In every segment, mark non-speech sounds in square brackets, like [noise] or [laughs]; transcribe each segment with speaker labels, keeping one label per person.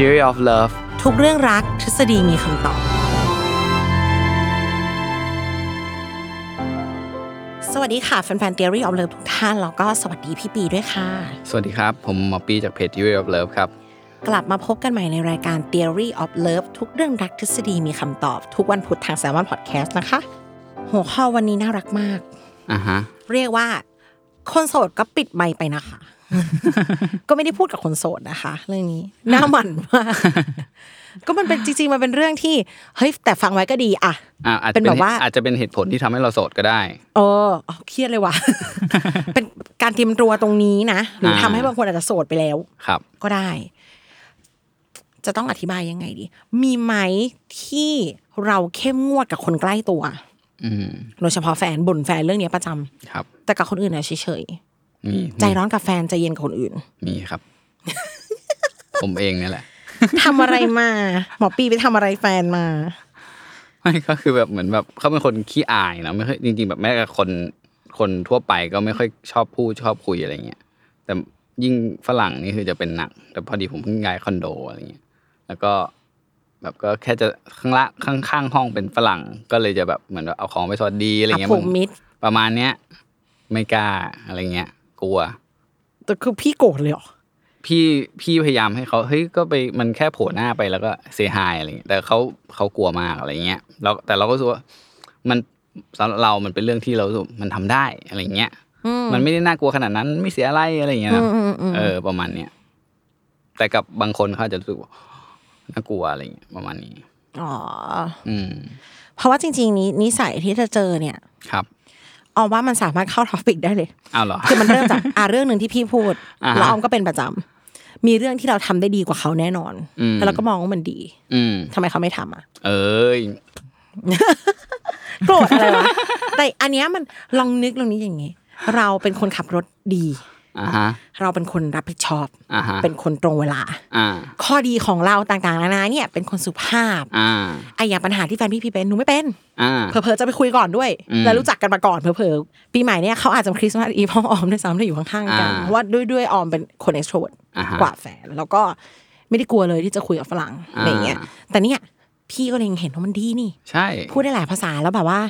Speaker 1: Theory of Love
Speaker 2: ทุกเรื่องรักทฤษฎีมีคำตอบ สวัสดีค่ะแฟนๆ Theory of Love ทุกท่าน แล้วก็สวัสดีพี่ปีด้วยค่ะ
Speaker 1: สวัสดีครับ ผมหมอปีจากเพจ Theory of Love ครับ
Speaker 2: กลับมาพบกันใหม่ในรายการ Theory of Love ทุกเรื่องรักทฤษฎีมีคำตอบ ทุกวันพุธทาง s ซ l m o n Podcast นะคะ หัวข้อวันนี้น่ารักมาก
Speaker 1: อ่าฮะ
Speaker 2: เรียกว่า คนโสดก็ปิดไมค์ไปนะคะ [laughs] ก็ไม่ได้พูดกับคนโสดนะคะ เรื่องนี้หน่าหมันมาก [laughs] ก็มันเป็นจริงๆมันเป็นเรื่องที่เฮ้ยแต่ฟังไว้ก็ดีอะ
Speaker 1: อ่าอาจจะ
Speaker 2: เป็นแบบว่า
Speaker 1: อาจจะเป็นเหตุผลที่ทำให้เราโสดก็ได้
Speaker 2: เออเอาเครียดเลยว่ะ [laughs] เป็นการเตรียมตัวตรงนี้นะ หรืออา ทำให้บางคนอาจจะโสดไปแล้ว
Speaker 1: ครับ
Speaker 2: ก็ได้ จะต้องอธิบายยังไงดี มีไหมที่เราเข้มงวดกับคนใกล้ตัว
Speaker 1: อืม
Speaker 2: โดยเฉพาะแฟนบ่นแฟนเรื่องเนี้ยประจำ
Speaker 1: ครับ
Speaker 2: แต่กับคนอื่นเนี่ยเฉย
Speaker 1: มี
Speaker 2: ๆใจร้อนกับแฟนใจเย็นกับคน [laughs] อื่น
Speaker 1: มีครับ ผมเองเนี่ยแหละ
Speaker 2: ทำอะไรมาหมอปีไปทำอะไรแฟนมา
Speaker 1: ไม่ก็คือแบบเหมือนแบบเขาเป็นคนขี้อายเนอะไม่ค่อยจริงๆแบบแม้กับคนคนทั่วไปก็ไม่ค่อยชอบพูดชอบคุยอะไรเงี้ยแต่ยิ่งฝรั่งนี่คือจะเป็นหนัก แต่พอดีผมเพิ่งย้ายคอนโดอะไรเงี้ยแล้วก็แบบก็แค่จะข้างละข้างข้างห้องเป็นฝรั่ง ก็เลยจะแบบเหมือนแบบเอาของไปสวัสดีอะไรเงี้ย
Speaker 2: อ่ะผมมิด
Speaker 1: ประมาณเนี้ยไม่กล้าอะไรเงี้ยกลัว
Speaker 2: แต่คือพี่โกรธเลยเหรอ
Speaker 1: พี่พี่พยายามให้เขาเฮ้ยก็ไปมันแค่โผล่หน้าไปแล้วก็เซฮายอะไรเงี้ยแต่เขาเขากลัวมากอะไรเงี้ยแล้วแต่เราก็รู้สึกว่ามันสำหรับเรามันเป็นเรื่องที่เรารู้สึกมันทำได้อะไรเงี้ยมันไม่ได้น่ากลัวขนาดนั้นไม่เสียอะไรอะไรเงี้ยนะเออ ประมาณเนี้ยแต่กับบางคนเขาอาจจะรู้สึกว่าน่ากลัวอะไรเงี้ยประมาณนี้
Speaker 2: อ๋อ
Speaker 1: อืม
Speaker 2: เพราะว่าจริง ๆ นี้นิสัยที่จะเจอเนี่ย
Speaker 1: ครับ
Speaker 2: ออมว่ามันสามารถเข้าท็อปิกได้เลย
Speaker 1: เอาเหรอ
Speaker 2: คือมันเริ่ม
Speaker 1: [laughs]
Speaker 2: จาก อ่าเรื่องหนึ่งที่พี่พูด
Speaker 1: อ่าฮะ
Speaker 2: แล้วออมก็เป็นประจำมีเรื่องที่เราทำได้ดีกว่าเขาแน่นอน
Speaker 1: อืม
Speaker 2: แต่เราก็มองว่ามันดี
Speaker 1: อืม
Speaker 2: ทำไมเขาไม่ทำอ่ะ
Speaker 1: เอ้ย
Speaker 2: โกรธอะไรวะ แต่อันเนี้ยมันลองนึกลองนี้อย่างงี้ เราเป็นคนขับรถดี
Speaker 1: อ่าฮะ
Speaker 2: เราเป็นคนรับผิดชอบ
Speaker 1: อ่าฮะ
Speaker 2: เป็นคนตรงเวลา
Speaker 1: อ่า
Speaker 2: ข้อดีของเราต่างๆนานาเนี่ย เป็นคนสุภาพ
Speaker 1: อ่า
Speaker 2: ไอ้อย่างปัญหาที่แฟนพี่พี่เป็นหนูไม่เป็น
Speaker 1: อ่า
Speaker 2: เผลอๆจะไปคุยก่อนด้วย
Speaker 1: อืม
Speaker 2: แล้วรู้จักกันมาก่อนเผลอๆปีใหม่เนี่ยเขาอาจจะคริสต์มาสอีพ่อออมด้วยซ้ำที่อยู่ข้างๆกัน
Speaker 1: อ่า
Speaker 2: เพราะว่าด้วยด้วยออมเป็นคนเอ็กโทรด
Speaker 1: อ่าฮะ
Speaker 2: กว่าแฟนแล้วก็ไม่ได้กลัวเลยที่จะคุยกับฝรั่ง
Speaker 1: อ่า
Speaker 2: อะไรเงี้ยแต่เนี่ยพี่ก็เล็งเห็นว่ามันดีนี่
Speaker 1: ใช่
Speaker 2: พูดได้หลายภาษาแล้วแบบว่า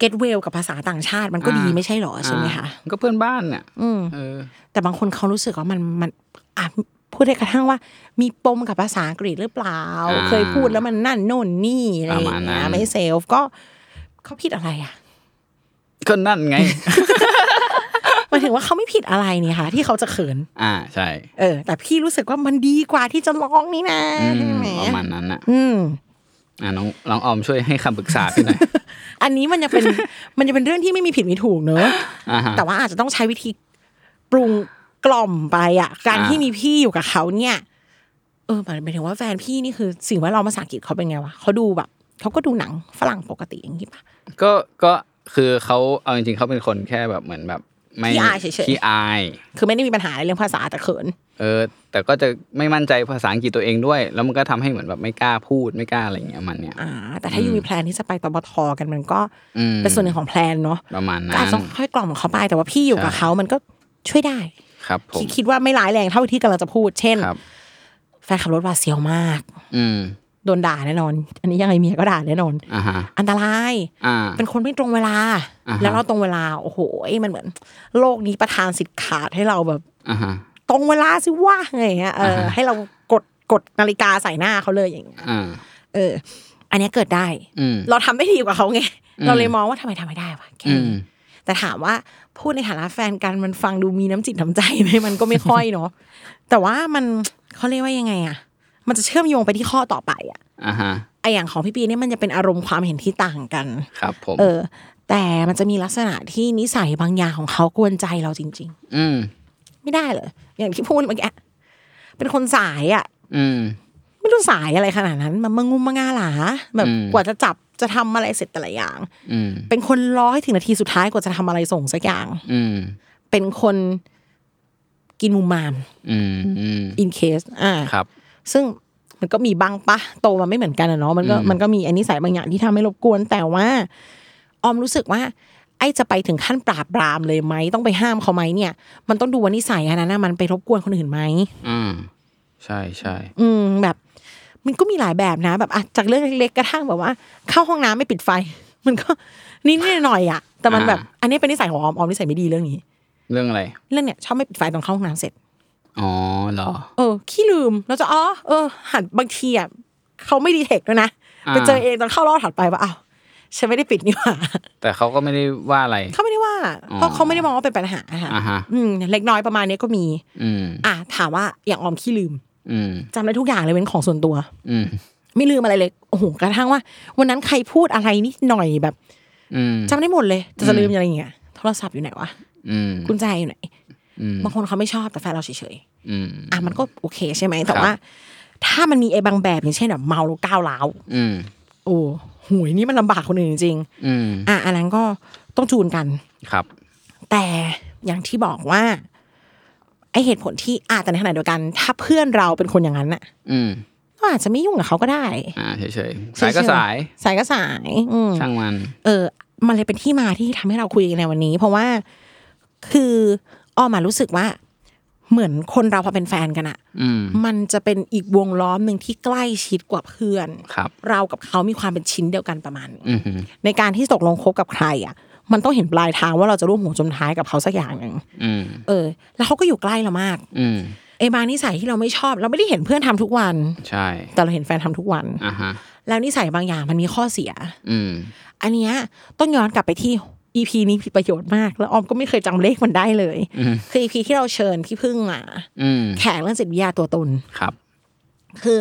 Speaker 2: get well กับภาษาต่างชาติมันก็ดีไม่ใช่หรอใช่ไหมคะ
Speaker 1: อ่าก็เพื่อนบ้านเนี่ย
Speaker 2: อืม
Speaker 1: เออ
Speaker 2: แต่บางคนเขารู้สึกว่ามันมันอ่ะพูดได้กระทั่งว่า มีปมกับภาษาอังกฤษหรือเปล่า
Speaker 1: อ่า
Speaker 2: เคยพูดแล้วมันนั่นโน่นนี่อะไรอ
Speaker 1: ประมาณ
Speaker 2: ย่า
Speaker 1: นั้
Speaker 2: งเงี้
Speaker 1: น
Speaker 2: ยไม่เซลฟ์ก็เขาผิดอะไรอ่ะ
Speaker 1: ก็นั่นไง
Speaker 2: หมายถึงว่าเขาไม่ผิดอะไรนี่ค่ะ ที่เขาจะเขิน
Speaker 1: อ่าใช่
Speaker 2: เออ แต่พี่รู้สึกว่ามันดีกว่าที่จะร้องนี่นะ
Speaker 1: อืม
Speaker 2: ใช่ไหม
Speaker 1: ประมาณนั้นอ่ะ
Speaker 2: อืม
Speaker 1: อ่ะน้องน้องออมช่วยให้คำปรึกษา
Speaker 2: [laughs]
Speaker 1: พี่หน่อย
Speaker 2: อันนี้มันจะเป็น [laughs] มันจะเป็นเรื่องที่ไม่มีผิดมีถูกเนอะ
Speaker 1: อ่าฮะ
Speaker 2: แต่ว่าอาจจะต้องใช้วิธีปรุงกล่อมไปอ่ะ การ
Speaker 1: อ่า
Speaker 2: ที่มีพี่อยู่กับเขาเนี่ย เออหมายหมายถึงว่าแฟนพี่นี่คือ สิ่งแว่าเรามาภาษาอังกฤษเขาเป็นไงวะเขาดูแบบเขาก็ดูหนังฝรั่งปกติอย่างนี้ปะ
Speaker 1: ก็ก็คือเขาเอาจริงๆเขาเป็นคนแค่แบบเหมือนแบบ ไม่
Speaker 2: ขี้อายเฉยๆ
Speaker 1: ขี้อาย
Speaker 2: คือไม่ได้มีปัญหาในเรื่องภาษาแต่เขิน
Speaker 1: เออ แต่ก็จะไม่มั่นใจภาษาอังกฤษตัวเองด้วย แล้วมันก็ทำให้เหมือนแบบไม่กล้าพูดไม่กล้าอะไรอย่างเงี้ยมันเนี่ย
Speaker 2: อ่า แต่ถ้าอยู่มีแพลนที่จะไปตบทกันมันก็
Speaker 1: อืม
Speaker 2: เป็นส่วนหนึ่งของแพลนเนาะ
Speaker 1: ประมาณ
Speaker 2: ก็อา
Speaker 1: นั้
Speaker 2: จ
Speaker 1: น
Speaker 2: จะค่อยกล่อมเขาไปแต่ว่าพี่อยู่กับ
Speaker 1: ใช่
Speaker 2: เขามันก็ช่วยได้
Speaker 1: ครับผ
Speaker 2: คิ
Speaker 1: ม
Speaker 2: ดคิดว่าไม่ร้ายแรงเท่าที่กำลังจะพูด เช่น
Speaker 1: ครับ
Speaker 2: แฟนขับรถหวาดเสียวมาก
Speaker 1: อืม
Speaker 2: โดนด่าแน่นอน อันนี้ยังไงเมียก็ด่าแน่นอน
Speaker 1: อ่าฮะ
Speaker 2: อันตราย
Speaker 1: อ่า
Speaker 2: เป็นคนไม่ตรงเวลา
Speaker 1: อ่าฮะ
Speaker 2: แล้วเราตรงเวลา โอ้โห มันเหมือน โลกนี้ประทานสิทธิ์ขาดให้เราแบบ
Speaker 1: อ่าฮะ
Speaker 2: ตรงเวลาสิว่าไงเงี้ยเอออ
Speaker 1: าฮะ
Speaker 2: ให้เรากดกดนาฬิกาใส่หน้าเขาเลยอย่างเงี้ย
Speaker 1: อ่า
Speaker 2: เออ อันเนี้ยเกิดได้
Speaker 1: อืม
Speaker 2: เราทำไม่ดีกว่าเขาไง
Speaker 1: อืม
Speaker 2: เราเลยมองว่าทำไมทำไม่ได้วะแค่
Speaker 1: อืม
Speaker 2: นี้แต่ถามว่าพูดในฐานะแฟนกันมันฟังดูมีน้ำจิตน้ำใจไหมมันก็ไม่ค่อยเนาะ แต่ว่ามันเขาเรียกว่ายังไงอะมันจะเชื่อมโยงไปที่ข้อต่อไปอะ
Speaker 1: อ่าฮะ
Speaker 2: ไออย่างของพี่ปีเนี่ยมันจะเป็นอารมณ์ความเห็นที่ต่างกัน
Speaker 1: ครับผม
Speaker 2: เออ แต่มันจะมีลักษณะที่นิสัยบางอย่างของเขากวนใจเราจริง
Speaker 1: อืม
Speaker 2: ๆ ไม่ได้เลย อย่างที่พูดเมื่อกี้เป็นคนสายอะ
Speaker 1: อืม
Speaker 2: ไม่รู้สายอะไรขนาดนั้น มันมางุมมางาหลา แบบ
Speaker 1: อืม
Speaker 2: กว่าจะจับจะทำอะไรเสร็จแต่ละอย่าง
Speaker 1: อืม
Speaker 2: เป็นคนรอให้ถึงนาทีสุดท้ายกว่าจะทำอะไรส่งสักอย่าง
Speaker 1: อืม
Speaker 2: เป็นคนกินมุมมาม
Speaker 1: อืมอืม
Speaker 2: in case อ่า
Speaker 1: ครับ
Speaker 2: ซึ่งมันก็มีบ้างปะโตมาไม่เหมือนกันอะเนาะมันก็
Speaker 1: อืม
Speaker 2: มันก็มีอันนี้สายบางอย่างที่ทำให้รบกวน แต่ว่า ออมรู้สึกว่า ไอ้จะไปถึงขั้นปราบปรามเลยไหมต้องไปห้ามเขาไหมเนี่ย มันต้องดูว่านิสัยอันนั้นนะมันไปรบกวนคนอื่นไหม
Speaker 1: อืมใช่ใช่
Speaker 2: อืมแบบมันก็มีหลายแบบนะ แบบอ่ะจากเรื่องเล็กๆกระทั่งแบบว่า เข้าห้องน้ำไม่ปิดไฟ [laughs] มันก็นิดๆหน่อยๆอ่ะแต่มันแบบ อันนี้เป็นนิสัยของออมออมนิสัยไม่ดีเรื่องนี้
Speaker 1: เรื่องอะไร
Speaker 2: เรื่องเนี้ยชอบไม่ปิดไฟตอนเข้าห้องน้ำเสร็จ
Speaker 1: อ๋อเหรอ
Speaker 2: เออขี้ลืมเราจะอ๋อเออ หันบางทีอ่ะเขาไม่ดีเทคด้วยนะ
Speaker 1: อ่า
Speaker 2: ไปเจอเองตอนเข้ารอบถัดไปว่าอ้าวฉันไม่ได้ปิดนี่หว่า [laughs]
Speaker 1: แต่เขาก็ไม่ได้ว่าอะไร
Speaker 2: เขาไม่ได้ว่า เพราะเขาไม่ได้มองว่าเป็นปัญหาอะค่ะ
Speaker 1: อ่าฮะ
Speaker 2: อืมเล็กน้อยประมาณเนี้ยก็มี
Speaker 1: อืม
Speaker 2: อ่ะถามว่าอย่างออมขี้ลืม
Speaker 1: อืม
Speaker 2: จำได้ทุกอย่างเลยเว้นของส่วนตัว
Speaker 1: อืม
Speaker 2: ไม่ลืมอะไรเลย โอ้โห กระทั่งว่า วันนั้นใครพูดอะไรนิดหน่อยแบบ
Speaker 1: อืม
Speaker 2: จำได้หมดเลยแต่จะลืมอะไรอย่างเงี้ย โทรศัพท์อยู่ไหนวะ
Speaker 1: อืม
Speaker 2: กุญแจอยู่ไหน
Speaker 1: อืม
Speaker 2: บางคนเขาไม่ชอบแต่แฟนเราเฉย
Speaker 1: อืม
Speaker 2: ๆ อ่ะมันก็โอเคใช่ไหม แต่
Speaker 1: ครับ
Speaker 2: ว่า ถ้ามันมีไอ้บางแบบอย่างเช่นแบบเมาแล้วก้าวร้าว
Speaker 1: อืม
Speaker 2: โอ้โหุยนี่มันลำบากคนอื่นจริง
Speaker 1: อืม
Speaker 2: ๆ อ่ะอันนั้นก็ต้องจูนกัน
Speaker 1: ครับ
Speaker 2: แต่อย่างที่บอกว่า ไอเหตุผลที่อ่ะแต่ในขณะเดียวกัน ถ้าเพื่อนเราเป็นคนอย่างนั้นน่ะ
Speaker 1: อืม
Speaker 2: ก็อาจจะไม่ยุ่งกับเขาก็ได้
Speaker 1: อ่าเฉยเฉยๆสายก็สาย
Speaker 2: สายก็สายอืม
Speaker 1: ช่างมัน
Speaker 2: เออ มันเลยเป็นที่มาที่ทำให้เราคุยกันในวันนี้ เพราะว่าคืออ้อมารู้สึกว่า เหมือนคนเราพอเป็นแฟนกันอะ
Speaker 1: อืม
Speaker 2: มันจะเป็นอีกวงล้อมหนึ่งที่ใกล้ชิดกว่าเพื่อน
Speaker 1: ครับ
Speaker 2: เรากับเขามีความเป็นชิ้นเดียวกันประมาณหนึ่ง
Speaker 1: อืมฮึ
Speaker 2: ในการที่ตกลงคบกับใครอะมันต้องเห็นปลายทางว่าเราจะร่วมหัวจมท้ายกับเขาสักอย่างหนึ่ง
Speaker 1: อืม
Speaker 2: เออ แล้วเขาก็อยู่ใกล้เรามาก
Speaker 1: อืม
Speaker 2: ไอ้บางนิสัยที่เราไม่ชอบ เราไม่ได้เห็นเพื่อนทำทุกวัน
Speaker 1: ใช่
Speaker 2: แต่เราเห็นแฟนทำทุกวัน
Speaker 1: อ่าฮะ
Speaker 2: แล้วนิสัยบางอย่างมันมีข้อเสีย
Speaker 1: อืม
Speaker 2: อันเนี้ยต้องย้อนกลับไปที่ EP นี้มีประโยชน์มาก แล้วออมก็ไม่เคยจำเลขมันได้เลย
Speaker 1: อืม
Speaker 2: คือ EP ที่เราเชิญพี่พึ่งมา
Speaker 1: อืม
Speaker 2: แขกเรื่องจิตวิทยาตัวตน
Speaker 1: ครับ
Speaker 2: คือ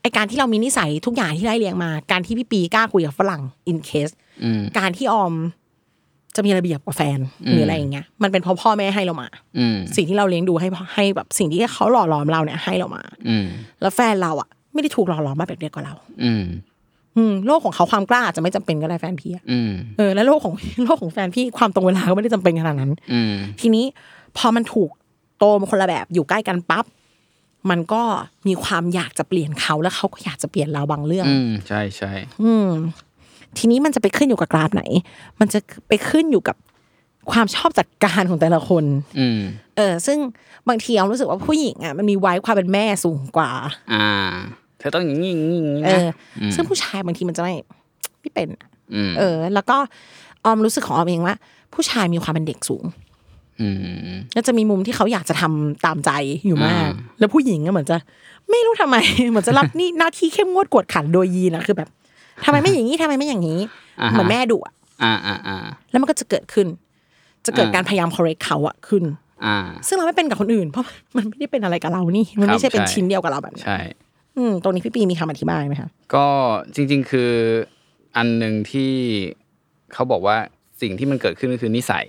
Speaker 2: ไอการที่เรามีนิสัยทุกอย่างที่ไล่เรียงมา การที่พี่ปีกล้าคุยกับฝรั่ง in case
Speaker 1: อืม
Speaker 2: การที่ออมจะมีระเบียบกับแฟนหรืออะไรอย่างเงี้ยมันเป็นเพราะพ่อแม่ให้เรามา
Speaker 1: อืม
Speaker 2: สิ่งที่เราเลี้ยงดูให้ให้แบบสิ่งที่เขาหล่อหลอมเราเนี่ยให้เรามา
Speaker 1: อืม
Speaker 2: แล้วแฟนเราอ่ะไม่ได้ถูกหล่อหลอมมาแบบเดียวกับเรา
Speaker 1: อืม
Speaker 2: อืมโลกของเขาความกล้าอาจจะไม่จำเป็นก็ได้แฟนพี่อะ
Speaker 1: อืม
Speaker 2: เออแล้วโลกของ [laughs] โลกของแฟนพี่ความตรงเวลาก็ไม่ได้จำเป็นขนาดนั้น
Speaker 1: อืม
Speaker 2: ทีนี้พอมันถูกโตมาคนละแบบอยู่ใกล้กันปั๊บมันก็มีความอยากจะเปลี่ยนเขาแล้วเขาก็อยากจะเปลี่ยนเราบางเรื่อง
Speaker 1: อืมใช่ใช่
Speaker 2: อืม ทีนี้มันจะไปขึ้นอยู่กับกราฟไหน มันจะไปขึ้นอยู่กับความชอบจัดการของแต่ละคน
Speaker 1: อืม
Speaker 2: เออ ซึ่งบางทีเรารู้สึกว่าผู้หญิงอ่ะมันมีไว้ความเป็นแม่สูงกว่า
Speaker 1: อ่าเธอต้องอย่างนี้อย่างนี้อย่างนี้
Speaker 2: เอ
Speaker 1: นะ
Speaker 2: ออซึ่งผู้ชายบางทีมันจะไม่ไม่เป็นอะ
Speaker 1: อืม
Speaker 2: เออ แล้วก็ออมรู้สึกของออมเองว่า ผู้ชายมีความเป็นเด็กสูง
Speaker 1: อืม
Speaker 2: แล้วจะมีมุมที่เขาอยากจะทำตามใจอยู่มาก
Speaker 1: อ่า
Speaker 2: แล้วผู้หญิงก็เหมือนจะ ไม่รู้ทำไม [laughs] เหมือนจะรับนี่หน้าที่เข้มงวดกวดขันโดยยีนอะคือแบบทำไมไม่อย่างนี้ทำไมไม่อย่างนี้
Speaker 1: อ่าฮะ
Speaker 2: เหมือนแม่ดุอะ
Speaker 1: อ่าอ่าอ่า
Speaker 2: แล้วมันก็จะเกิดขึ้น จะเกิด
Speaker 1: อ่า
Speaker 2: การพยายาม correct เขาอะขึ้น
Speaker 1: อ่า
Speaker 2: ซึ่งเราไม่เป็นกับคน [laughs] อื่น เพราะมันไม่ได้เป็นอะไรกับเรานี่ มันไม่ใช่
Speaker 1: ครับ
Speaker 2: เป็น
Speaker 1: ใช่
Speaker 2: ชิ้นเดียวกับเราแบบนั้น
Speaker 1: ใช่
Speaker 2: อืมตรงนี้พี่ปีมีคำอธิบายไหมคะ
Speaker 1: ก็จริง ๆ คืออันหนึ่งที่เขาบอกว่าสิ่งที่มันเกิดขึ้นก็คือนิสัย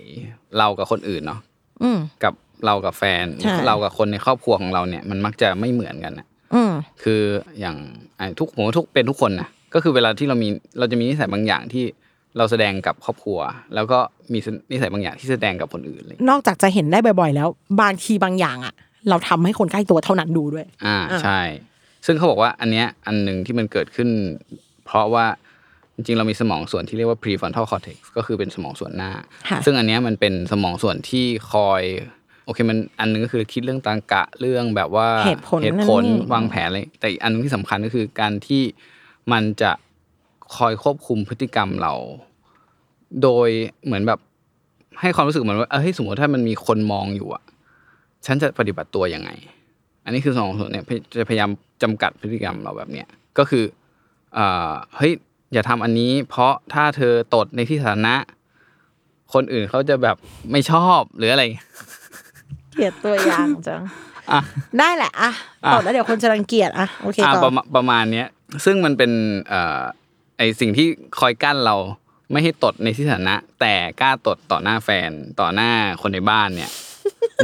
Speaker 1: เรากับคนอื่นเนาะ
Speaker 2: อืม
Speaker 1: กับเรากับแฟน
Speaker 2: ใช่
Speaker 1: เรากับคนในครอบครัวของเราเนี่ยมันมักจะไม่เหมือนกันนะ
Speaker 2: อืม
Speaker 1: คืออย่างอ่ะทุกผมว่าทุกเป็นทุกคนนะก็คือเวลาที่เรามีเราจะมีนิสัยบางอย่างที่เราแสดงกับครอบครัว แล้วก็มีนิสัยบางอย่างที่แสดงกับคนอื่นอะไรอย่างเลย
Speaker 2: นอกจากจะเห็นได้บ่อยๆ แล้ว บางทีบางอย่างอะเราทำให้คนใกล้ตัวเท่านั้นดูด้วย
Speaker 1: อ่าใช่ ซึ่งเขาบอกว่าอันเนี้ยอันหนึ่งที่มันเกิดขึ้น เพราะว่าจริงๆเรามีสมองส่วนที่เรียกว่า prefrontal cortex ก็คือเป็นสมองส่วนหน้า
Speaker 2: ค่ะ
Speaker 1: ซึ่งอันเนี้ยมันเป็นสมองส่วนที่คอย โอเคมันอันหนึงก็คือคิดเรื่องตรรกะเรื่องแบบว่า
Speaker 2: เหตุผล
Speaker 1: เหตุผล
Speaker 2: นั่นนี่
Speaker 1: วางแผนอะไรแต่อีกอันหนึงที่สำคัญก็คือการที่มันจะคอยควบคุมพฤติกรรมเรา โดยเหมือนแบบให้ความรู้สึกเหมือนว่าเอ้ยสมมติถ้ามันมีคนมองอยู่อะฉันจะปฏิบัติตัวยังไง อันนี้คือสองส่วนเนี่ยจะพยายามจำกัดพฤติกรรมเราแบบเนี้ยก็คือเอ่อเฮ้ยอย่าทำอันนี้ เพราะถ้าเธอตดในที่สาธารณะ คนอื่นเขาจะแบบไม่ชอบหรืออะไร
Speaker 2: เกลียดตัวอย่างจัง
Speaker 1: อ่ะ
Speaker 2: ได้แหละอ่ะตอบแล้วเดี๋ยวคนจะรังเกียจอ่ะโอเค
Speaker 1: อ่า
Speaker 2: ต่
Speaker 1: ป
Speaker 2: อ
Speaker 1: ระมาณประมาณเนี้ยซึ่งมันเป็นเอ่อไอสิ่งที่คอยกั้นเราไม่ให้ตดในที่สาธารณะ แต่กล้าตดต่อหน้าแฟนต่อหน้าคนในบ้าน
Speaker 2: [laughs]
Speaker 1: เนี่ย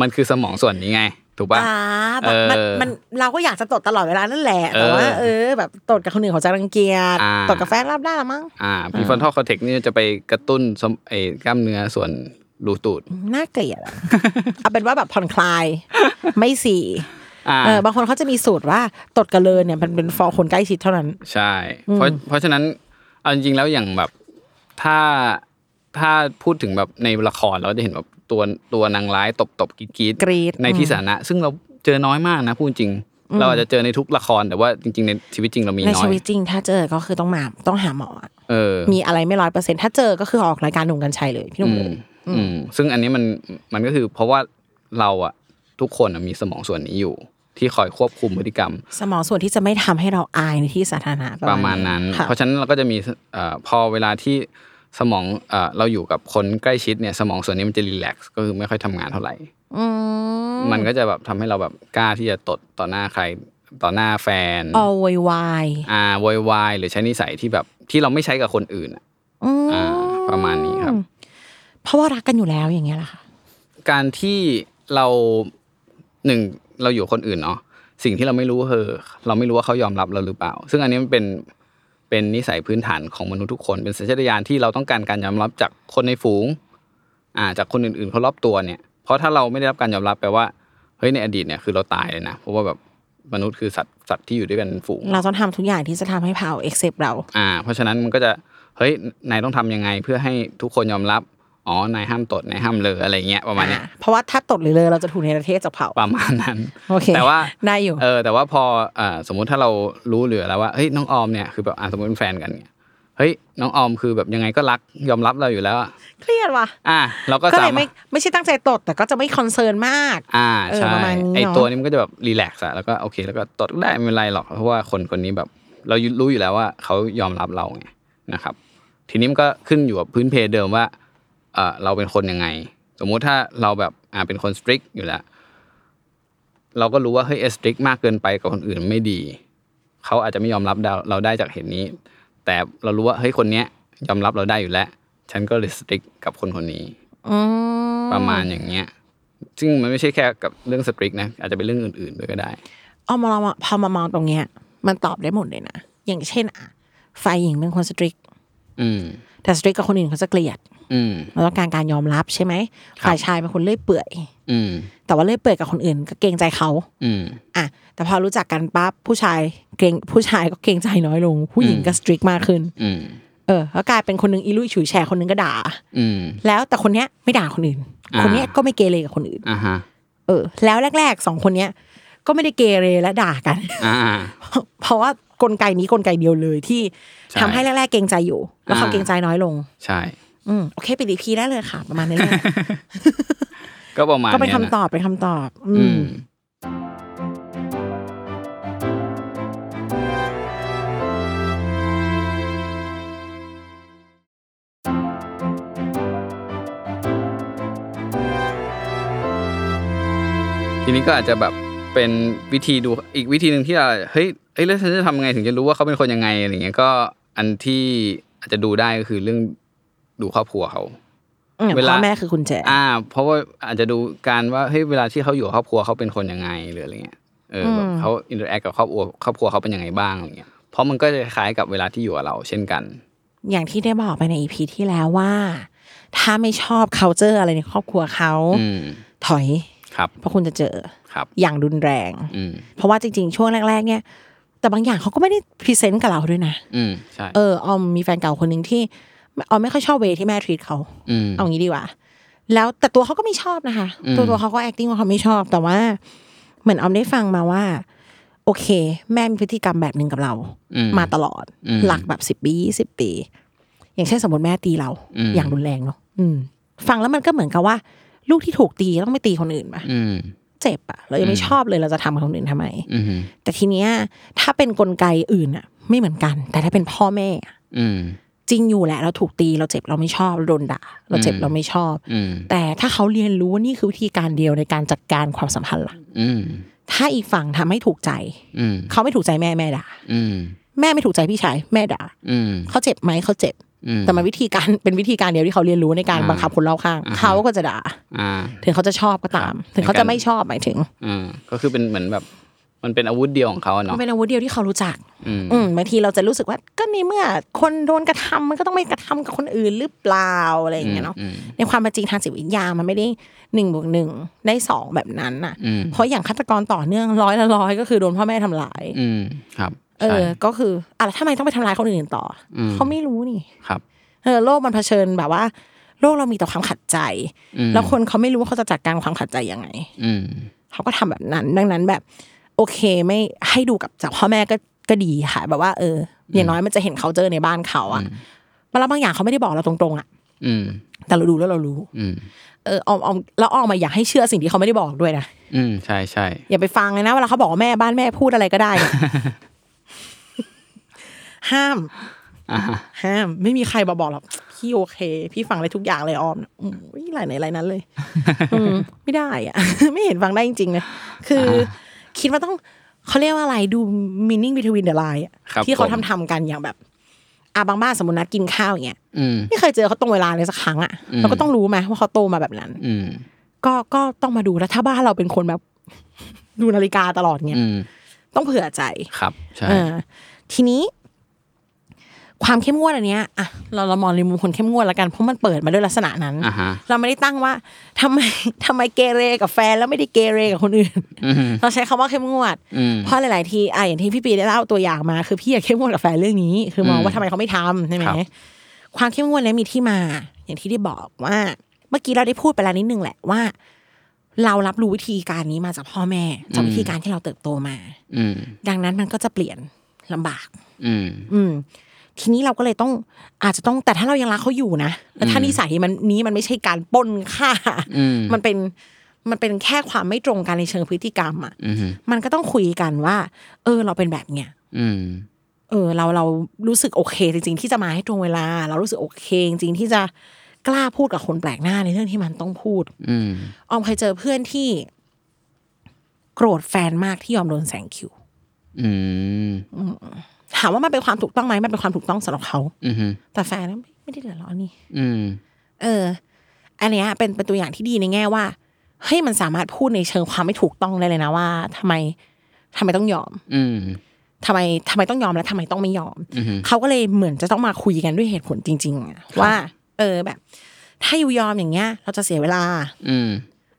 Speaker 1: มันคือสมองส่วนนี้ไง ถูกป่ะ
Speaker 2: อ่าแบบมั
Speaker 1: เอ
Speaker 2: น
Speaker 1: อ
Speaker 2: มันเราก็อยากจะตดตลอดเวลานั่นแหละ
Speaker 1: เออ
Speaker 2: แต่ว่าเออ แบบตดกับคนอื่นเขาจะรังเกียจ
Speaker 1: อ่า
Speaker 2: ตดกับแฟนรับได้ละมั้ง
Speaker 1: อ่าพีฟอนทอลคอเทคนี่จะไปกระตุ้นสมไอกล้ามเนื้อส่วนรูตูด
Speaker 2: น่าเกลียดอะเอาเป็นว่าแบบผ่อนคลาย [laughs] ไม่สี่
Speaker 1: อ่า
Speaker 2: เออบางคนเขาจะมีสูตรว่าตดกับเลนเนี่ยมันเป็นฟอร์คนใกล้ชิดเท่านั้น
Speaker 1: ใช่ เพราะเพราะฉะนั้นเอาจริงๆแล้วอย่างแบบถ้าถ้าพูดถึงแบบในละครเราจะเห็นแบบตัวตัวนางร้ายตบตบกรีด
Speaker 2: กรี๊ด
Speaker 1: ในที่สาธารณะซึ่งเราเจอน้อยมากนะพูดจริง เราอาจจะเจอในทุกละครแต่ว่าจริง ๆ ในชีวิตจริงเรามี
Speaker 2: ใน
Speaker 1: น้อ
Speaker 2: ชี
Speaker 1: ย
Speaker 2: วิตจริง ถ้าเจอก็คือต้องมาต้องหาหมออะ
Speaker 1: เออ
Speaker 2: มีอะไรไม่ร้อยเปอร์เซ็นต์ถ้าเจอก็คือออกรายการหนุ่มกันชัยเลยพี่หนุ่ม
Speaker 1: อื
Speaker 2: เล
Speaker 1: ม
Speaker 2: ย
Speaker 1: อืมซึ่งอันนี้มันมันก็คือเพราะว่าเราอะทุกคนอะมีสมองส่วนนี้อยู่ ที่คอยควบคุมพฤติกรรม
Speaker 2: สมองส่วนที่จะไม่ทำให้เราอายในที่สาธารณะ
Speaker 1: ประมาณนั้น
Speaker 2: ค่ะ
Speaker 1: เพราะฉะนั้นเราก็จะมีเอ่อพอเวลาที่สมองเอ่อเราอยู่กับคนใกล้ชิดเนี่ยสมองส่วนนี้มันจะรีแลกซ์ก็คือไม่ค่อยทำงานเท่าไหร่
Speaker 2: อืม
Speaker 1: มันก็จะแบบทำให้เราแบบกล้าที่จะตดต่อหน้าใครต่อหน้าแฟน
Speaker 2: อโวยวาย
Speaker 1: อ่าโวยวายหรือใช้นิสัยที่แบบที่เราไม่ใช้กับคนอื่นอะ
Speaker 2: อืม
Speaker 1: อ่าประมาณนี้ครับ
Speaker 2: เพราะว่ารักกันอยู่แล้วอย่างเงี้ยแหละค่ะ
Speaker 1: การที่เราหนึ่งเราอยู่กับคนอื่นเนาะสิ่งที่เราไม่รู้คือเราไม่รู้ว่าเขายอมรับเราหรือเปล่า ซึ่งอันนี้มันเป็นเป็นนิสัยพื้นฐานของมนุษย์ทุกคน เป็นสัญชาตญาณที่เราต้องการการยอมรับจากคนในฝูง อ่าจากคนอื่นๆเขารอบตัวเนี่ย เพราะถ้าเราไม่ได้รับการยอมรับแปลว่าเฮ้ยในอดีตเนี่ยคือเราตายเลยนะเพราะว่าแบบมนุษย์คือสัตว์สัตว์ที่อยู่ด้วยกันเป็นฝูง
Speaker 2: เราต้องทำทุกอย่างที่จะทำให้เผาเอ็กเซปเรา
Speaker 1: อ่าเพราะฉะนั้นมันก็จะเฮ้ยนายต้องทำยังไงเพื่อให้ทุกคนยอมรับอ๋อนายห้ามตดนายห้ามเลออะไรเงี้ยประมาณเนี้ย
Speaker 2: เพราะว่าถ้าตดหรือเลยเราจะถูกในประเทศจากเผา
Speaker 1: ประมาณนั้น
Speaker 2: โอเค
Speaker 1: แต่ว่า
Speaker 2: ได้อยู่
Speaker 1: เออ แต่ว่าพออ่าสมมุติถ้าเรารู้เหลือแล้วว่าเฮ้ยน้องออมเนี่ยคือแบบอ่าสมมติเป็นแฟนกันเนี่ยเฮ้ยน้องออมคือแบบยังไงก็รักยอมรับเราอยู่แล้วอะ
Speaker 2: เครียดว่ะ
Speaker 1: อ่ะเราก็
Speaker 2: ก็
Speaker 1: สา
Speaker 2: เลย
Speaker 1: มา
Speaker 2: ไม่
Speaker 1: รถ
Speaker 2: ไม่ใช่ตั้งใจตดแต่ก็จะไม่คอนเซิร์นมาก
Speaker 1: อ่า
Speaker 2: เออ
Speaker 1: ใช่
Speaker 2: ประมาณนี้เนอะ
Speaker 1: ไอตัวนี้มันก็จะแบบรีแลกซ์อะแล้วก็โอเค แล้วก็ตดก็ได้ไม่เป็นไรหรอกเพราะว่าคนคนนี้แบบ เรารู้อยู่แล้วว่าเขายอมรับเราไงนะครับ ทีนี้มันก็ขึ้นอยู่กับพื้นเพเดิมว่าเออเราเป็นคนยังไง สมมุติถ้าเราแบบอ่าเป็นคนสตริกอยู่แล้ว เราก็รู้ว่าเฮ้ยสตริกมากเกินไปกับคนอื่นไม่ดี เขาอาจจะไม่ยอมรับเราเราได้จากเหตุนี้ แต่เรารู้ว่าเฮ้ยคนเนี้ยยอมรับเราได้อยู่แล้ว ฉันก็เลยสตริกกับคนคนนี้ประมาณอย่างเงี้ย ซึ่งมันไม่ใช่แค่กับเรื่องสตริกนะ อาจจะเป็นเรื่องอื่น ๆด้วยก็ได้
Speaker 2: เอามาเรามาพอมามองตรงเนี้ย มันตอบได้หมดเลยนะอย่างเช่นอ่ะฝ่ายหญิงเป็นคนสตริก
Speaker 1: อืม
Speaker 2: แต่สตริกกับคนอื่นเขาจะเกลียด
Speaker 1: อืม
Speaker 2: เราต้องการการยอมรับใช่ไหมฝ่ายชายเป็นคนเลื่อยเปื่อย
Speaker 1: อืม
Speaker 2: แต่ว่าเลื่อยเปื่อยกับคนอื่นก็เกรงใจเขา
Speaker 1: อืม
Speaker 2: อ่ะ แต่พอรู้จักกันปั๊บผู้ชายเกรงผู้ชายก็เกรงใจน้อยลง ผู้หญิงก็สตริกมากขึ้น
Speaker 1: อืม
Speaker 2: เออแล้วกลายเป็นคนหนึงอีลุยฉุยแฉคนหนึงก็ด่า
Speaker 1: อืม
Speaker 2: แล้วแต่คนเนี้ยไม่ด่าคนอื่น
Speaker 1: อ่า
Speaker 2: คนเนี้ยก็ไม่เกเรกับคนอื่น
Speaker 1: อ่าฮะ
Speaker 2: เออ แล้วแรกๆสองคนเนี้ยก็ไม่ได้เกเรและด่ากัน [laughs]
Speaker 1: อ่า
Speaker 2: เพราะว่ากลไกนี้กลไกเดียวเลยที่
Speaker 1: ใช่
Speaker 2: ทำให้แรกๆเกรงใจอยู่ แล้วเขา
Speaker 1: อ่า
Speaker 2: เกรงใจน้อยลง
Speaker 1: ใช่
Speaker 2: อืมโอเคปิดอีพีได้เลยค่ะ ประมาณนี้แหละ
Speaker 1: ก็ประมาณ
Speaker 2: ก็เป็น
Speaker 1: ย
Speaker 2: คำ
Speaker 1: นะ
Speaker 2: ตอบเป็นคำตอบ อื
Speaker 1: อื
Speaker 2: ม
Speaker 1: ม ทีนี้ก็อาจจะแบบเป็นวิธีดูอีกวิธีหนึ่งที่เราเฮ้ยเอ้ยแล้วฉันจะทำไงถึงจะรู้ว่าเขาเป็นคนยังไงอะไรเงี้ยก็อันที่อาจจะดูได้ก็คือเรื่องดูครอบครัวเขา
Speaker 2: อืม
Speaker 1: เวลา
Speaker 2: พ่อแม่คือคุณแจ
Speaker 1: อ่า เพราะว่าอาจจะดูการว่าเฮ้ยเวลาที่เขาอยู่กับครอบครัวเขาเป็นคนยังไงหรืออะไรเงี้ยเออแบบเขาอินเตอร์แอคกับครอบครัวครอบครัวเขาเป็นยังไงบ้างอะไรเงี้ยเพราะมันก็จะคล้ายกับเวลาที่อยู่กับเรา เช่นกัน
Speaker 2: อย่างที่ได้บอกไปในอีพีที่แล้วว่า ถ้าไม่ชอบ c u เจอร์อะไรในครอบครัวเขา
Speaker 1: อืม
Speaker 2: ถอย
Speaker 1: ครับ
Speaker 2: เพราะคุณจะเจอ
Speaker 1: ครับ
Speaker 2: อย่างรุนแรง
Speaker 1: อืม
Speaker 2: เพราะว่าจริงๆ ช่วงแรก ๆ เนี่ย แต่บางอย่างเขาก็ไม่ได้พรีเซนต์กับเราด้วยนะ
Speaker 1: อืมใช่
Speaker 2: เออออมมีแฟนเก่าคนหนึ่งที่ออมไม่ค่อยชอบเวที่แม่ทรีตเขา
Speaker 1: อืม
Speaker 2: เอางี้ดีกว่า แล้วแต่ตัวเขาก็ไม่ชอบนะคะ
Speaker 1: อืม
Speaker 2: ตัวตัวเขาก็ acting ว่าเขาไม่ชอบแต่ว่า เหมือนออมได้ฟังมาว่า โอเค แม่มีพฤติกรรมแบบหนึ่งกับเรา
Speaker 1: อืม
Speaker 2: มาตลอด
Speaker 1: อืม
Speaker 2: หลักแบบสิบปียี่สิบปี อย่างเช่นสมมติแม่ตีเรา
Speaker 1: อืม
Speaker 2: อย่างรุนแรงเนาะอืม ฟังแล้วมันก็เหมือนกับว่า ลูกที่ถูกตีต้องไม่ตีคนอื่นปะ
Speaker 1: อืม
Speaker 2: เจ็บอะเรายังไม่
Speaker 1: อืม
Speaker 2: ชอบเลยเราจะทำกับคนอื่นทำไม
Speaker 1: อืม
Speaker 2: แต่ทีเนี้ยถ้าเป็นกลไกอื่นอะไม่เหมือนกัน แต่ถ้าเป็นพ่อแม่อะ
Speaker 1: อืม
Speaker 2: จริงอยู่แหละเราถูกตีเราเจ็บเราไม่ชอบเราโดนด่า เราเจ็บ
Speaker 1: อืม
Speaker 2: เราไม่ชอบ
Speaker 1: อืม
Speaker 2: แต่ถ้าเขาเรียนรู้ว่านี่คือวิธีการเดียวในการจัดการความสัมพันธ์ล่ะ
Speaker 1: อืม
Speaker 2: ถ้าอีกฝั่งทำให้ถูกใจ
Speaker 1: อืม
Speaker 2: เขาไม่ถูกใจแม่แม่ด่า
Speaker 1: อืม
Speaker 2: แม่ไม่ถูกใจพี่ชายแม่ด่า
Speaker 1: อืม
Speaker 2: เขาเจ็บไหมเขาเจ็บ
Speaker 1: อืม
Speaker 2: แต่มันวิธีการเป็นวิธีการเดียวที่เขาเรียนรู้ในการ
Speaker 1: อ่า
Speaker 2: บังคับคนรอบข้าง
Speaker 1: อ่าฮะ
Speaker 2: เขาก็จะด่า
Speaker 1: อ่า
Speaker 2: ถึงเขาจะชอบก็ตาม
Speaker 1: ครับ
Speaker 2: ถึงเขา
Speaker 1: ในกา
Speaker 2: จะ
Speaker 1: ร
Speaker 2: ไม่ชอบหมายถึง
Speaker 1: อ่าก็คือเป็นเหมือนแบบ มันเป็นอาวุธเดียวของเขาอะ
Speaker 2: มัน
Speaker 1: เนาะ
Speaker 2: เป็นอาวุธเดียวที่เขารู้จัก
Speaker 1: อืม
Speaker 2: อืมบางทีเราจะรู้สึกว่าก็ในี่เมื่อคนโดนกระทำมันก็ต้องไม่กระทำกับคนอื่นหรือเปล่าอะไรอย่างเงี้ยเนาะ
Speaker 1: อืมอืม
Speaker 2: ในความเป็นจริงทางจิตวิทยามันไม่ได้หนึ่งบวกหนึ่งได้สองแบบนั้นน่ะ
Speaker 1: อืม
Speaker 2: เพราะอย่างฆาตกรต่อเนื่องร้อยละร้อยก็คือโดนพ่อแม่ทำร้าย
Speaker 1: อืมครับ
Speaker 2: เอ
Speaker 1: ใช่
Speaker 2: อ ก็คืออ่ะแล้วทำไมต้องไปทำร้ายคนอื่นต่ออ
Speaker 1: ม
Speaker 2: เขาไม่รู้นี่
Speaker 1: ครับ
Speaker 2: เออโลกมันเผชิญแบบว่า โลกเรามีแต่ความขัดใจ
Speaker 1: อืม
Speaker 2: แล้วคนเขาไม่รู้ว่าเขาจะจัดการความขัดใจยังไง
Speaker 1: อืม
Speaker 2: เขาก็ทำแบบนั้น ดังนั้นแบบ โอเคไม่ให้ดูกับจากพ่อแม่ก็ก็ดีค่ะ แบบว่าเอออย่างน้อยมันจะเห็นเขาเจอในบ้านเขาอะแล้วบางอย่างเขาไม่ได้บอกเราตรงๆอะ
Speaker 1: อืม
Speaker 2: แต่เราดูแล้วเรารู้
Speaker 1: อืม
Speaker 2: เออออมออมแล้วออมมาอยากให้เชื่อสิ่งที่เขาไม่ได้บอกด้วยนะ
Speaker 1: อืมใช่ใช่
Speaker 2: อย่าไปฟังเลยนะเวลาเขาบอกว่าแม่บ้านแม่พูดอะไรก็ได้
Speaker 1: [laughs]
Speaker 2: เนี่ย ห้าม
Speaker 1: อ่า
Speaker 2: ห้ามไม่มีใครมาบอกหรอกพี่โอเค พี่ฟังอะไรทุกอย่างเลยออมอืมอุ๊ยหลายไหนหลายนั้น
Speaker 1: [laughs]
Speaker 2: เลย อืมไม่ได้อะ [laughs] ไม่เห็นฟังได้จริงๆเลยคืออคิดว่าต้องเขาเรียกว่าอะไรดู meaning between the line อะ
Speaker 1: ครับ
Speaker 2: ที่เขา
Speaker 1: ผม
Speaker 2: ทำทำๆกันอย่างแบบอาบางบ้านสมมตินัดกินข้าวอย่างเงี้ย
Speaker 1: อืม
Speaker 2: ไม่เคยเจอเขาตรงเวลาเลยสักครั้งอะ
Speaker 1: อืม
Speaker 2: เราก็ต้องรู้ไหมว่าเขาโตมาแบบนั้น
Speaker 1: อืม
Speaker 2: ก็ก็ต้องมาดูแล้วถ้าบ้านเราเป็นคนแบบ [laughs] ดูนาฬิกาตลอดเงี้ย
Speaker 1: อืม
Speaker 2: ต้องเผื่อใจ
Speaker 1: ครับใช่
Speaker 2: เออทีนี้ ความเข้มงวดอันเนี้ยอ่ะเราเรามองในมุมคนเข้มงวดละกันเพราะมันเปิดมาด้วยลักษณะนั้น
Speaker 1: อ่าฮะ
Speaker 2: เราไม่ได้ตั้งว่าทำไมทำไมเกเรกับแฟนแล้วไม่ได้เกเรกับคนอื่น
Speaker 1: อืม
Speaker 2: เราใช้คำว่าเข้มงวด
Speaker 1: อืม
Speaker 2: เพราะหลาย ๆ ทีอ่ะอย่างที่พี่ปีได้เล่าตัวอย่างมา คือพี่อยากเข้มงวดกับแฟนเรื่องนี้ คือมอง
Speaker 1: อืม
Speaker 2: ว่าทำไมเขาไม่ทำใช่ไหม
Speaker 1: ครับ
Speaker 2: ความเข้มงวดเนี้ยมีที่มา อย่างที่ได้บอกว่า เมื่อกี้เราได้พูดไปแล้วนิดนึงแหละว่า เรารับรู้วิธีการนี้มาจากพ่อแม่จากวิธีการที่เราเติบโตมา
Speaker 1: อืม
Speaker 2: ดังนั้นมันก็จะเปลี่ยนลำบาก
Speaker 1: อืม
Speaker 2: อืม ทีนี้เราก็เลยต้องอาจจะต้องแต่ถ้าเรายังรักเขาอยู่นะแล้วถ้านิสัยมันนี้มันไม่ใช่การปล้นฆ่า
Speaker 1: อืม
Speaker 2: มันเป็นมันเป็นแค่ความไม่ตรงกันในเชิงพฤติกรรมอ่ะ
Speaker 1: อืม
Speaker 2: มันก็ต้องคุยกันว่า เออ เราเป็นแบบเนี้ย
Speaker 1: อืม
Speaker 2: เออ เราเรารู้สึกโอเค จริง ๆ ที่จะมาให้ตรงเวลา เรารู้สึกโอเค จริงๆที่จะกล้าพูดกับคนแปลกหน้าในเรื่องที่มันต้องพูด
Speaker 1: อืม
Speaker 2: ออมเคยเจอเพื่อนที่ โกรธแฟนมากที่ยอมโดนแสงคิว
Speaker 1: อืม
Speaker 2: ถามว่ามันเป็นความถูกต้องไหมมันเป็นความถูกต้องสำหรับเขา
Speaker 1: อืม
Speaker 2: แต่แฟนไม่ไม่ได้เดือดร้อนนี่
Speaker 1: อืม
Speaker 2: เออ อันเนี้ยเป็นเป็นตัวอย่างที่ดีในแง่ว่า เฮ้ยมันสามารถพูดในเชิงความไม่ถูกต้องได้เลยนะว่าทำไมทำไมต้องยอม
Speaker 1: อืม
Speaker 2: ทำไมทำไมต้องยอมและทำไมต้องไม่ยอม
Speaker 1: อืม
Speaker 2: เขาก็เลยเหมือนจะต้องมาคุยกันด้วยเหตุผลจริง ๆอะ
Speaker 1: ครับ
Speaker 2: ว่า เออแบบ ถ้าอยู่ยอมอย่างเงี้ย เราจะเสียเวลา
Speaker 1: อืม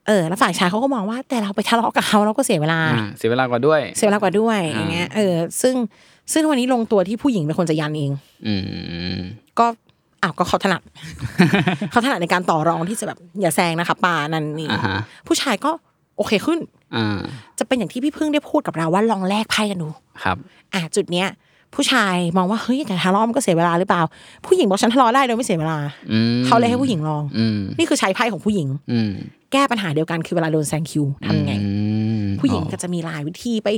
Speaker 2: เออ แล้วฝ่ายชายเขาก็มองว่า แต่เราไปทะเลาะกับเขาเราก็เสียเวลา
Speaker 1: อ่าเสียเวลากว่าด้วย
Speaker 2: เสียเวลากว่าด้วยอย่างเงี้ยเออ ซึ่งซึ่งวันนี้ลงตัวที่ผู้หญิงเป็นคนจะยันเอง
Speaker 1: อืม
Speaker 2: ก็อ้าวก็เขาถนัด [laughs] เขาถนัดในการต่อรองที่จะแบบอย่าแซงนะคะป่านั่นนี่
Speaker 1: อ่าฮะ
Speaker 2: ผู้ชายก็โอเคขึ้น
Speaker 1: อ่า
Speaker 2: จะเป็นอย่างที่พี่พึ่งได้พูดกับเราว่าลองแลกไพ่กันดู
Speaker 1: ครับ
Speaker 2: อ่ะจุดเนี้ย ผู้ชายมองว่าเฮ้ยแต่ทะเลาะมันก็เสียเวลาหรือเปล่า ผู้หญิงบอกฉันทะเลาะได้โดยไม่เสียเวลา
Speaker 1: อืม
Speaker 2: เขาเลยให้ผู้หญิงลอง
Speaker 1: อืม
Speaker 2: นี่คือใช้ไพ่ของผู้หญิง
Speaker 1: อืม
Speaker 2: แก้ปัญหาเดียวกันคือเวลาโดนแซงคิวทำยังไง
Speaker 1: อืม
Speaker 2: ผู้หญิง
Speaker 1: อ๋อ
Speaker 2: ก็จะมีหลายวิธีไป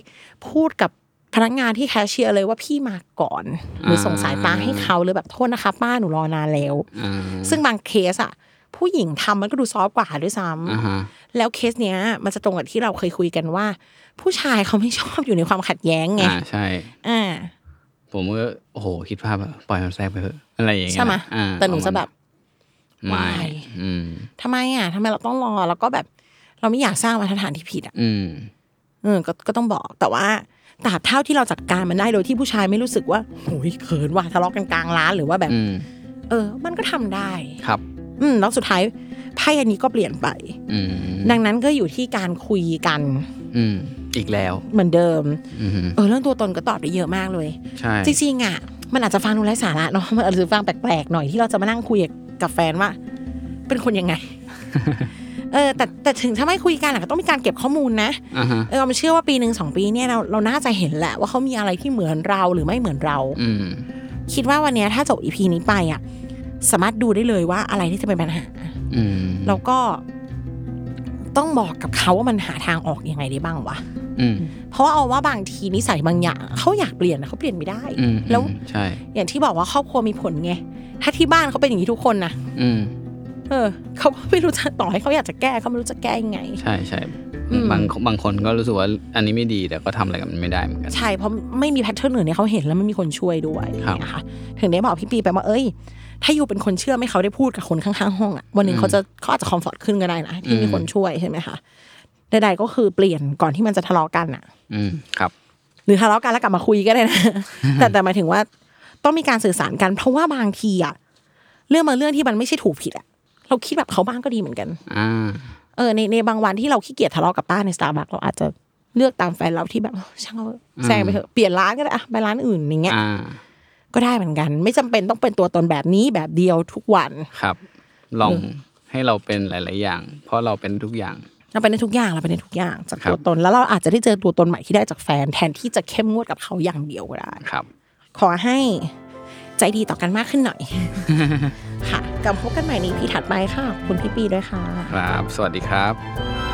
Speaker 2: พูดกับพนักงานที่แคชเชียร์เลยว่าพี่มาก่อน หรือส่งสายตาให้เขาหรือแบบโทษนะคะ ป้าหนูรอนานแล้ว
Speaker 1: อ่า
Speaker 2: ซึ่งบางเคสอะผู้หญิงทำมันก็ดูซอฟต์กว่าด้วยซ้ำ
Speaker 1: อ่าฮะ
Speaker 2: แล้วเคสเนี้ย มันจะตรงกับที่เราเคยคุยกันว่า ผู้ชายเขาไม่ชอบอยู่ในความขัดแย้งไง
Speaker 1: อ่าใช่
Speaker 2: อ่า
Speaker 1: ผมก็โอ้โหคิดภาพแบบปล่อยมันแทรกไปเถอะอะไรอย่างเงี้ย
Speaker 2: ใช่ไหม
Speaker 1: อ่า
Speaker 2: แต่หนูจะแบบ
Speaker 1: ไม่
Speaker 2: ไม่
Speaker 1: อืม
Speaker 2: ทำไมอ่ะทำไมเราต้องรอแล้วก็แบบ เราไม่อยากสร้างมาตรฐานที่ผิดอ่ะ
Speaker 1: อืม
Speaker 2: เออก็ก็ต้องบอกแต่ว่าตราบเท่าที่เราจัดการมันได้โดยที่ผู้ชายไม่รู้สึกว่าโอ้ยเขินว่ะทะเลาะกันกลางร้านหรือว่าแบบ
Speaker 1: อืม
Speaker 2: เออ มันก็ทำได้
Speaker 1: ครับ
Speaker 2: อืมแล้วสุดท้ายไพ่อันนี้ก็เปลี่ยนไป
Speaker 1: อืม
Speaker 2: ดังนั้นก็อยู่ที่การคุยกัน
Speaker 1: อืม อีกแล้ว
Speaker 2: เหมือนเดิม
Speaker 1: อืม
Speaker 2: เออเรื่องตัวตนก็ตอบได้เยอะมากเลย
Speaker 1: ใช่
Speaker 2: จริงๆอ่ะ มันอาจจะ [laughs] ฟังดูไร้
Speaker 1: [laughs]
Speaker 2: สาระเนาะมันอาจจะฟังแปลกๆหน่อยที่เราจะมานั่งคุยกับแฟนว่า เป็นคนยังไง เออแต่แต่ถึงถ้าไม่คุยกันอะก็ต้องมีการเก็บข้อมูลนะ
Speaker 1: อ่าฮะ
Speaker 2: เออมันเชื่อว่าปีหนึ่งสองปีเนี่ยเราเราน่าจะเห็นแหละว่าเขามีอะไรที่เหมือนเราหรือไม่เหมือนเรา
Speaker 1: อืม
Speaker 2: คิดว่าวันเนี้ยถ้าจบอีพีนี้ไปอ่ะสามารถดูได้เลยว่าอะไรที่จะเป็นปัญหา
Speaker 1: อืม
Speaker 2: แล้วก็ต้องบอกกับเขาว่ามันหาทางออกยังไงได้บ้างวะ
Speaker 1: อืม
Speaker 2: เพราะว่าเอาว่าบางทีนิสัยบางอย่างเขาอยากเปลี่ยนนะเขาเปลี่ยนไม่ได้
Speaker 1: อืม
Speaker 2: แล้ว
Speaker 1: ใช่
Speaker 2: อย่างที่บอกว่าครอบครัวมีผลไง ถ้าที่บ้านเขาเป็นอย่างนี้ทุกคนนะ
Speaker 1: อืม
Speaker 2: เออเขาก็ไม่รู้จะต่อให้เขาอยากจะแก้เขาไม่รู้จะแก้ยังไง
Speaker 1: ใช่ใช่
Speaker 2: อืม
Speaker 1: บางบางคนก็รู้สึกว่าอันนี้ไม่ดีแต่ก็ทำอะไรกับมันไม่ได้เหมือนกัน
Speaker 2: ใช่เพราะไม่มีแพทเทิร์นอื่นให้เขาเห็นแล้วไม่มีคนช่วยด้วย
Speaker 1: ครับ
Speaker 2: นะคะถึงได้บอกพี่ปีไปว่าเอ้ย ถ้าอยู่เป็นคนเชื่อไม่เขาได้พูดกับคนข้างๆห้องอะวันหนึ่งเขาจะเขาอาจจะคอมฟอร์ตขึ้นก็ได้นะที่มีคนช่วยใช่ไหมคะใดๆก็คือเปลี่ยนก่อนที่มันจะทะเลาะกันอะ
Speaker 1: อืมครับ
Speaker 2: หรือทะเลาะกันแล้วกลับมาคุยก็ได้นะ แต่แต่หมายถึงว่าต้องมีการสื่อสารกัน เพราะว่าบางทีอะเรื่องมางเรื่องที่มันไม่ใช่ถูกผิดอะเราคิดแบบเขาบ้างก็ดีเหมือนกัน
Speaker 1: อ่า
Speaker 2: เออในในบางวันที่เราขี้เกียจทะเลาะกับป้าในสตาร์บัคเราอาจจะเลือกตามแฟนเราที่แบบ [laughs] ช่างเอาแซงไปเถอะเปลี่ยนร้านก็ได้อะไปร้านอื่นอย่างเงี้ย
Speaker 1: อ่า
Speaker 2: ก็ได้เหมือนกัน ไม่จำเป็นต้องเป็นตัวตนแบบนี้แบบเดียวทุกวัน
Speaker 1: ครับ ลองให้เราเป็นหลาย ๆ อย่าง เพราะเราเป็นทุกอย่าง
Speaker 2: เราเป็นได้ทุกอย่างเราเป็นได้ทุกอย่างจาก
Speaker 1: ครับ
Speaker 2: ตัวตนแล้วเราอาจจะได้เจอตัวตนใหม่ที่ได้จากแฟนแทนที่จะเข้มงวดกับเขาอย่างเดียวก็ได้
Speaker 1: ครับ
Speaker 2: ขอให้ใจดีต่อกันมากขึ้นห [laughs] น่อย ค่ะกลับมาพบกันใหม่ในพีถัดไปค่ะขอบคุณพี่ปีด้วยค่ะ
Speaker 1: ครับ สวัสดีครับ